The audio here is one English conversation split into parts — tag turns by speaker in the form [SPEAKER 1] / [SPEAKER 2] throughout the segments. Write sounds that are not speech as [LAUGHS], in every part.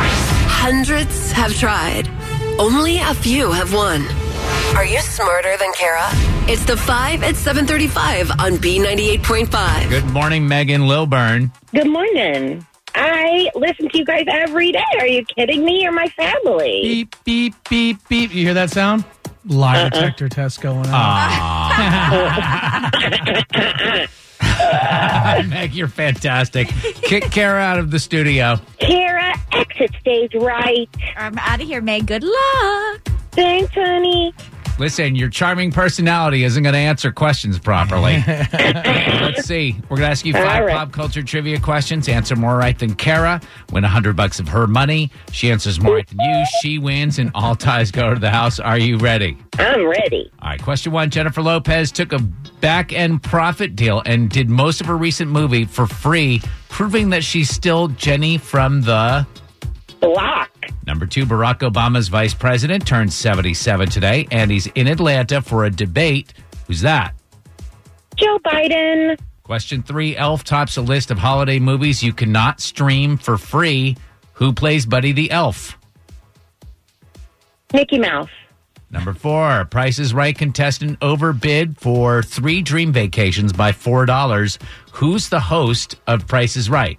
[SPEAKER 1] Hundreds have tried. Only a few have won. Are you smarter than Kara? It's the 5 at 735 on B98.5.
[SPEAKER 2] Good morning, Megan Lilburn.
[SPEAKER 3] Good morning. I listen to you guys every day. Are you kidding me? You're my family.
[SPEAKER 2] Beep, beep, beep, beep. You hear that sound?
[SPEAKER 4] lie
[SPEAKER 3] Uh-uh.
[SPEAKER 4] detector test going on.
[SPEAKER 3] Ah.
[SPEAKER 2] [LAUGHS] Meg, you're fantastic. Kick Kara out of the studio.
[SPEAKER 3] Kara, exit stage right.
[SPEAKER 5] I'm out of here, May. Good luck.
[SPEAKER 3] Thanks, honey.
[SPEAKER 2] Listen, your charming personality isn't going to answer questions
[SPEAKER 3] [LAUGHS]
[SPEAKER 2] properly. Let's see. We're going to ask you five
[SPEAKER 3] All right.
[SPEAKER 2] pop culture trivia questions. Answer more right than Kara. Win 100 bucks of her money. She answers more right than you. She wins, and all ties go to the house. Are you ready?
[SPEAKER 3] I'm ready.
[SPEAKER 2] All right, question one. Jennifer Lopez took a back end profit deal and did most of her recent movie for free, proving that she's still Jenny from the.
[SPEAKER 3] Block.
[SPEAKER 2] Number two, Barack Obama's vice president turned 77 today, and he's in Atlanta for a debate. Who's that?
[SPEAKER 3] Joe Biden.
[SPEAKER 2] Question three Elf tops a list of holiday movies you cannot stream for free. Who plays Buddy the Elf?
[SPEAKER 3] Mickey Mouse.
[SPEAKER 2] Number four, Price is Right contestant overbid for three dream vacations by $4. Who's the host of Price is Right?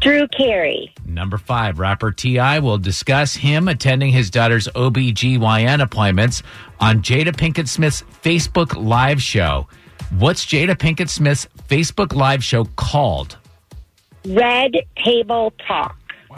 [SPEAKER 3] Drew Carey.
[SPEAKER 2] Number five, rapper T.I. will discuss him attending his daughter's OBGYN appointments on Jada Pinkett Smith's Facebook Live show. What's Jada Pinkett Smith's Facebook Live show called?
[SPEAKER 3] Red Table Talk.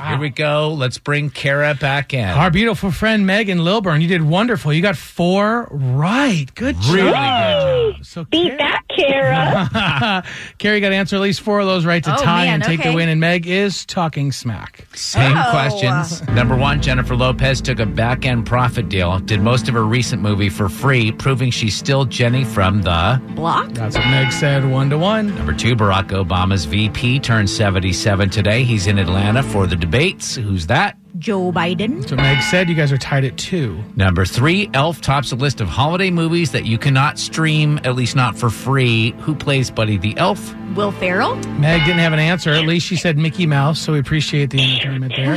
[SPEAKER 2] Here we go. Let's bring Kara back in.
[SPEAKER 4] Our beautiful friend Megan Lilburn, you did wonderful. You got four right. Good
[SPEAKER 2] Really good
[SPEAKER 4] job.
[SPEAKER 2] job.
[SPEAKER 4] So
[SPEAKER 3] Beat that, Kara.
[SPEAKER 4] Carrie got to answer at least four of those right to
[SPEAKER 5] Oh,
[SPEAKER 4] tie
[SPEAKER 5] man,
[SPEAKER 4] and take
[SPEAKER 5] okay.
[SPEAKER 4] the win. And Meg is talking smack.
[SPEAKER 2] Same
[SPEAKER 5] Oh.
[SPEAKER 2] questions. Number one, Jennifer Lopez took a back end profit deal, did most of her recent movie for free, proving she's still Jenny from the.
[SPEAKER 5] Block?
[SPEAKER 4] That's what Meg said. One to one.
[SPEAKER 2] Number two, Barack Obama's VP turned 77 today. He's in Atlanta for the debates. Who's that?
[SPEAKER 5] Joe Biden.
[SPEAKER 4] That's what Meg said. You guys are tied at two.
[SPEAKER 2] Number three, Elf tops a list of holiday movies that you cannot stream, at least not for free. Who plays Buddy the Elf?
[SPEAKER 5] Will Farrell.
[SPEAKER 4] Meg didn't have an answer. At least she said Mickey Mouse, so we appreciate the entertainment
[SPEAKER 5] [LAUGHS]
[SPEAKER 4] there.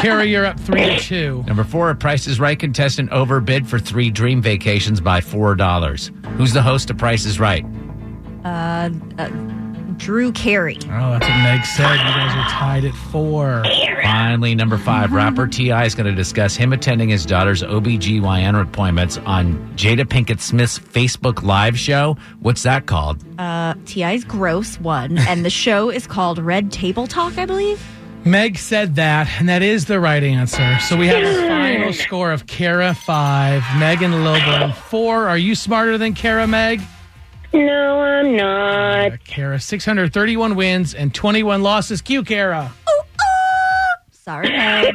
[SPEAKER 4] Carrie, you're up three to two.
[SPEAKER 2] Number four, a Price is Right contestant overbid for three dream vacations by $4. Who's the host of Price is Right?
[SPEAKER 5] Drew Carey.
[SPEAKER 4] Oh, that's what Meg said. You guys are tied at four.
[SPEAKER 2] Finally, number five, rapper T.I. is going to discuss him attending his daughter's OBGYN appointments on Jada Pinkett Smith's Facebook Live show. What's that called?
[SPEAKER 5] T.I.'s Gross One. And the show is called Red Table Talk, I believe.
[SPEAKER 4] Meg said that, and that is the right answer. So we have a final score of Kara five, Megan Lilburn four. Are you smarter than Kara, Meg?
[SPEAKER 3] no, I'm not.
[SPEAKER 4] Uh, Kara, 631 wins and 21 losses. Q Kara.
[SPEAKER 5] Sorry, Meg.